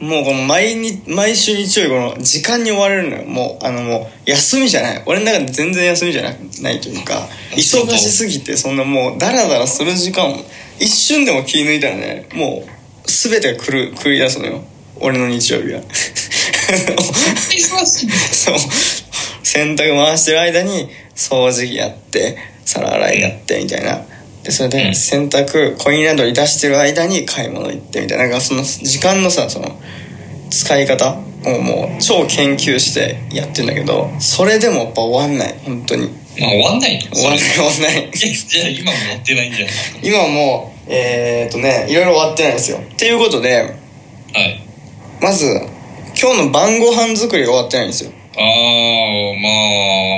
もうこの毎日、毎週日曜日この時間に追われるのよ。もう、あのもう、休みじゃない。俺の中で全然休みじゃなないというか、忙しすぎて、そんなもう、ダラダラする時間を、一瞬でも気抜いたらね、もう、すべてが狂い狂い出すのよ。俺の日曜日は。忙しい。そう。洗濯回してる間に、掃除機やって、皿洗いやって、みたいな。で、それうで、ん洗濯、コインランドリー出してる間に買い物行って、みたいな。なんか、その、時間のさ、その、使い方をもう、超研究してやってんだけど、それでもやっぱ終わんない。本当に。まあ終わんないの終わんない、終わんない。 いやじゃあ今もやってないんじゃない今もう、えー、っとね、いろいろ終わってないんですよ。っていうことで、はい。まず、今日の晩ご飯作りが終わってないんですよ。ああ、まあ、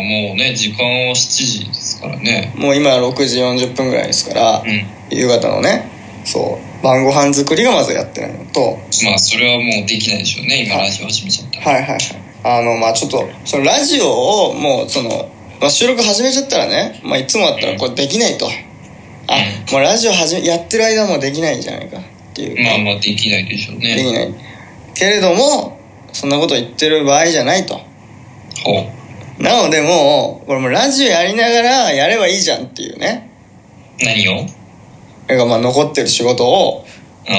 もうね、時間は7時ですからね。もう今6時40分ぐらいですから、うん。夕方のねそう晩ご飯作りがまずやってないのとまあ、それはもうできないでしょうね。今、はいラジオ始めちゃったら。はいはいはいあのまあちょっとそのラジオをもうその、まあ、収録始めちゃったらね、まあ、いつもだったらこれできないとあもうラジオ始めやってる間もできないんじゃないかっていうまあまあ、できないでしょうできね。ないけれどもそんなこと言ってる場合じゃないとほう。なのでもうこれもうラジオやりながらやればいいじゃんっていうね何をだからまあ残ってる仕事をああ、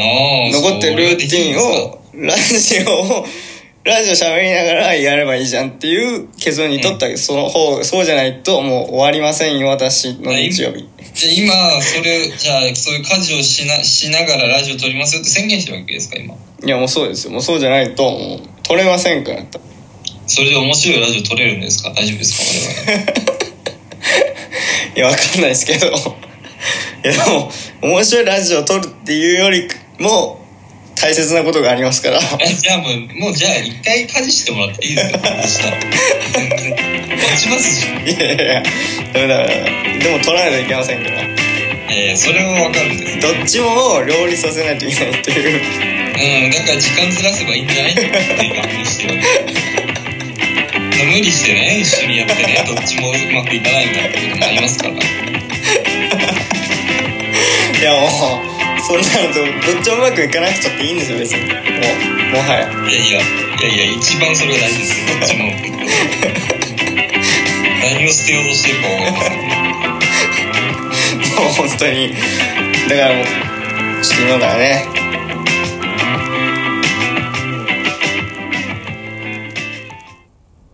残ってるルーティンそれはできるんですかをラジオをラジオ喋りながらやればいいじゃんっていう結論にとったけど、その方そうじゃないともう終わりませんよ私の日曜日じゃあ今、それ、じゃあ、そういう家事をしな、しながらラジオ撮りますよって宣言してるわけですか、今。いやもうそうですよもうそうじゃないともう取れませんからとそれで面白いラジオ撮れるんですか大丈夫ですか我々。いやわかんないですけどい やでも面白いラジオを撮るっていうよりも大切なことがありますから え じゃあもう、もうじゃあ、一回家事してもらっていいですかそしたら。全然。落ちますし。いやいやいやダメダメダメでも撮らないといけませんからえー、それはわかるんですどっちも両立させないといけないっていううん、だから時間ずらせばいいんじゃないっていう感じしてる。無理してね、一緒にやってね、どっちもうまくいかないみたいなこともありますから。いやもうそんなのとどっちもうまくいかなくたっていいんですよ別にもうもはやいやいや、いやいや、一番それが大事ですよ、どっちも。何を捨てようとしてるかわかりませんね。もう本当にだからもうちょっと今からね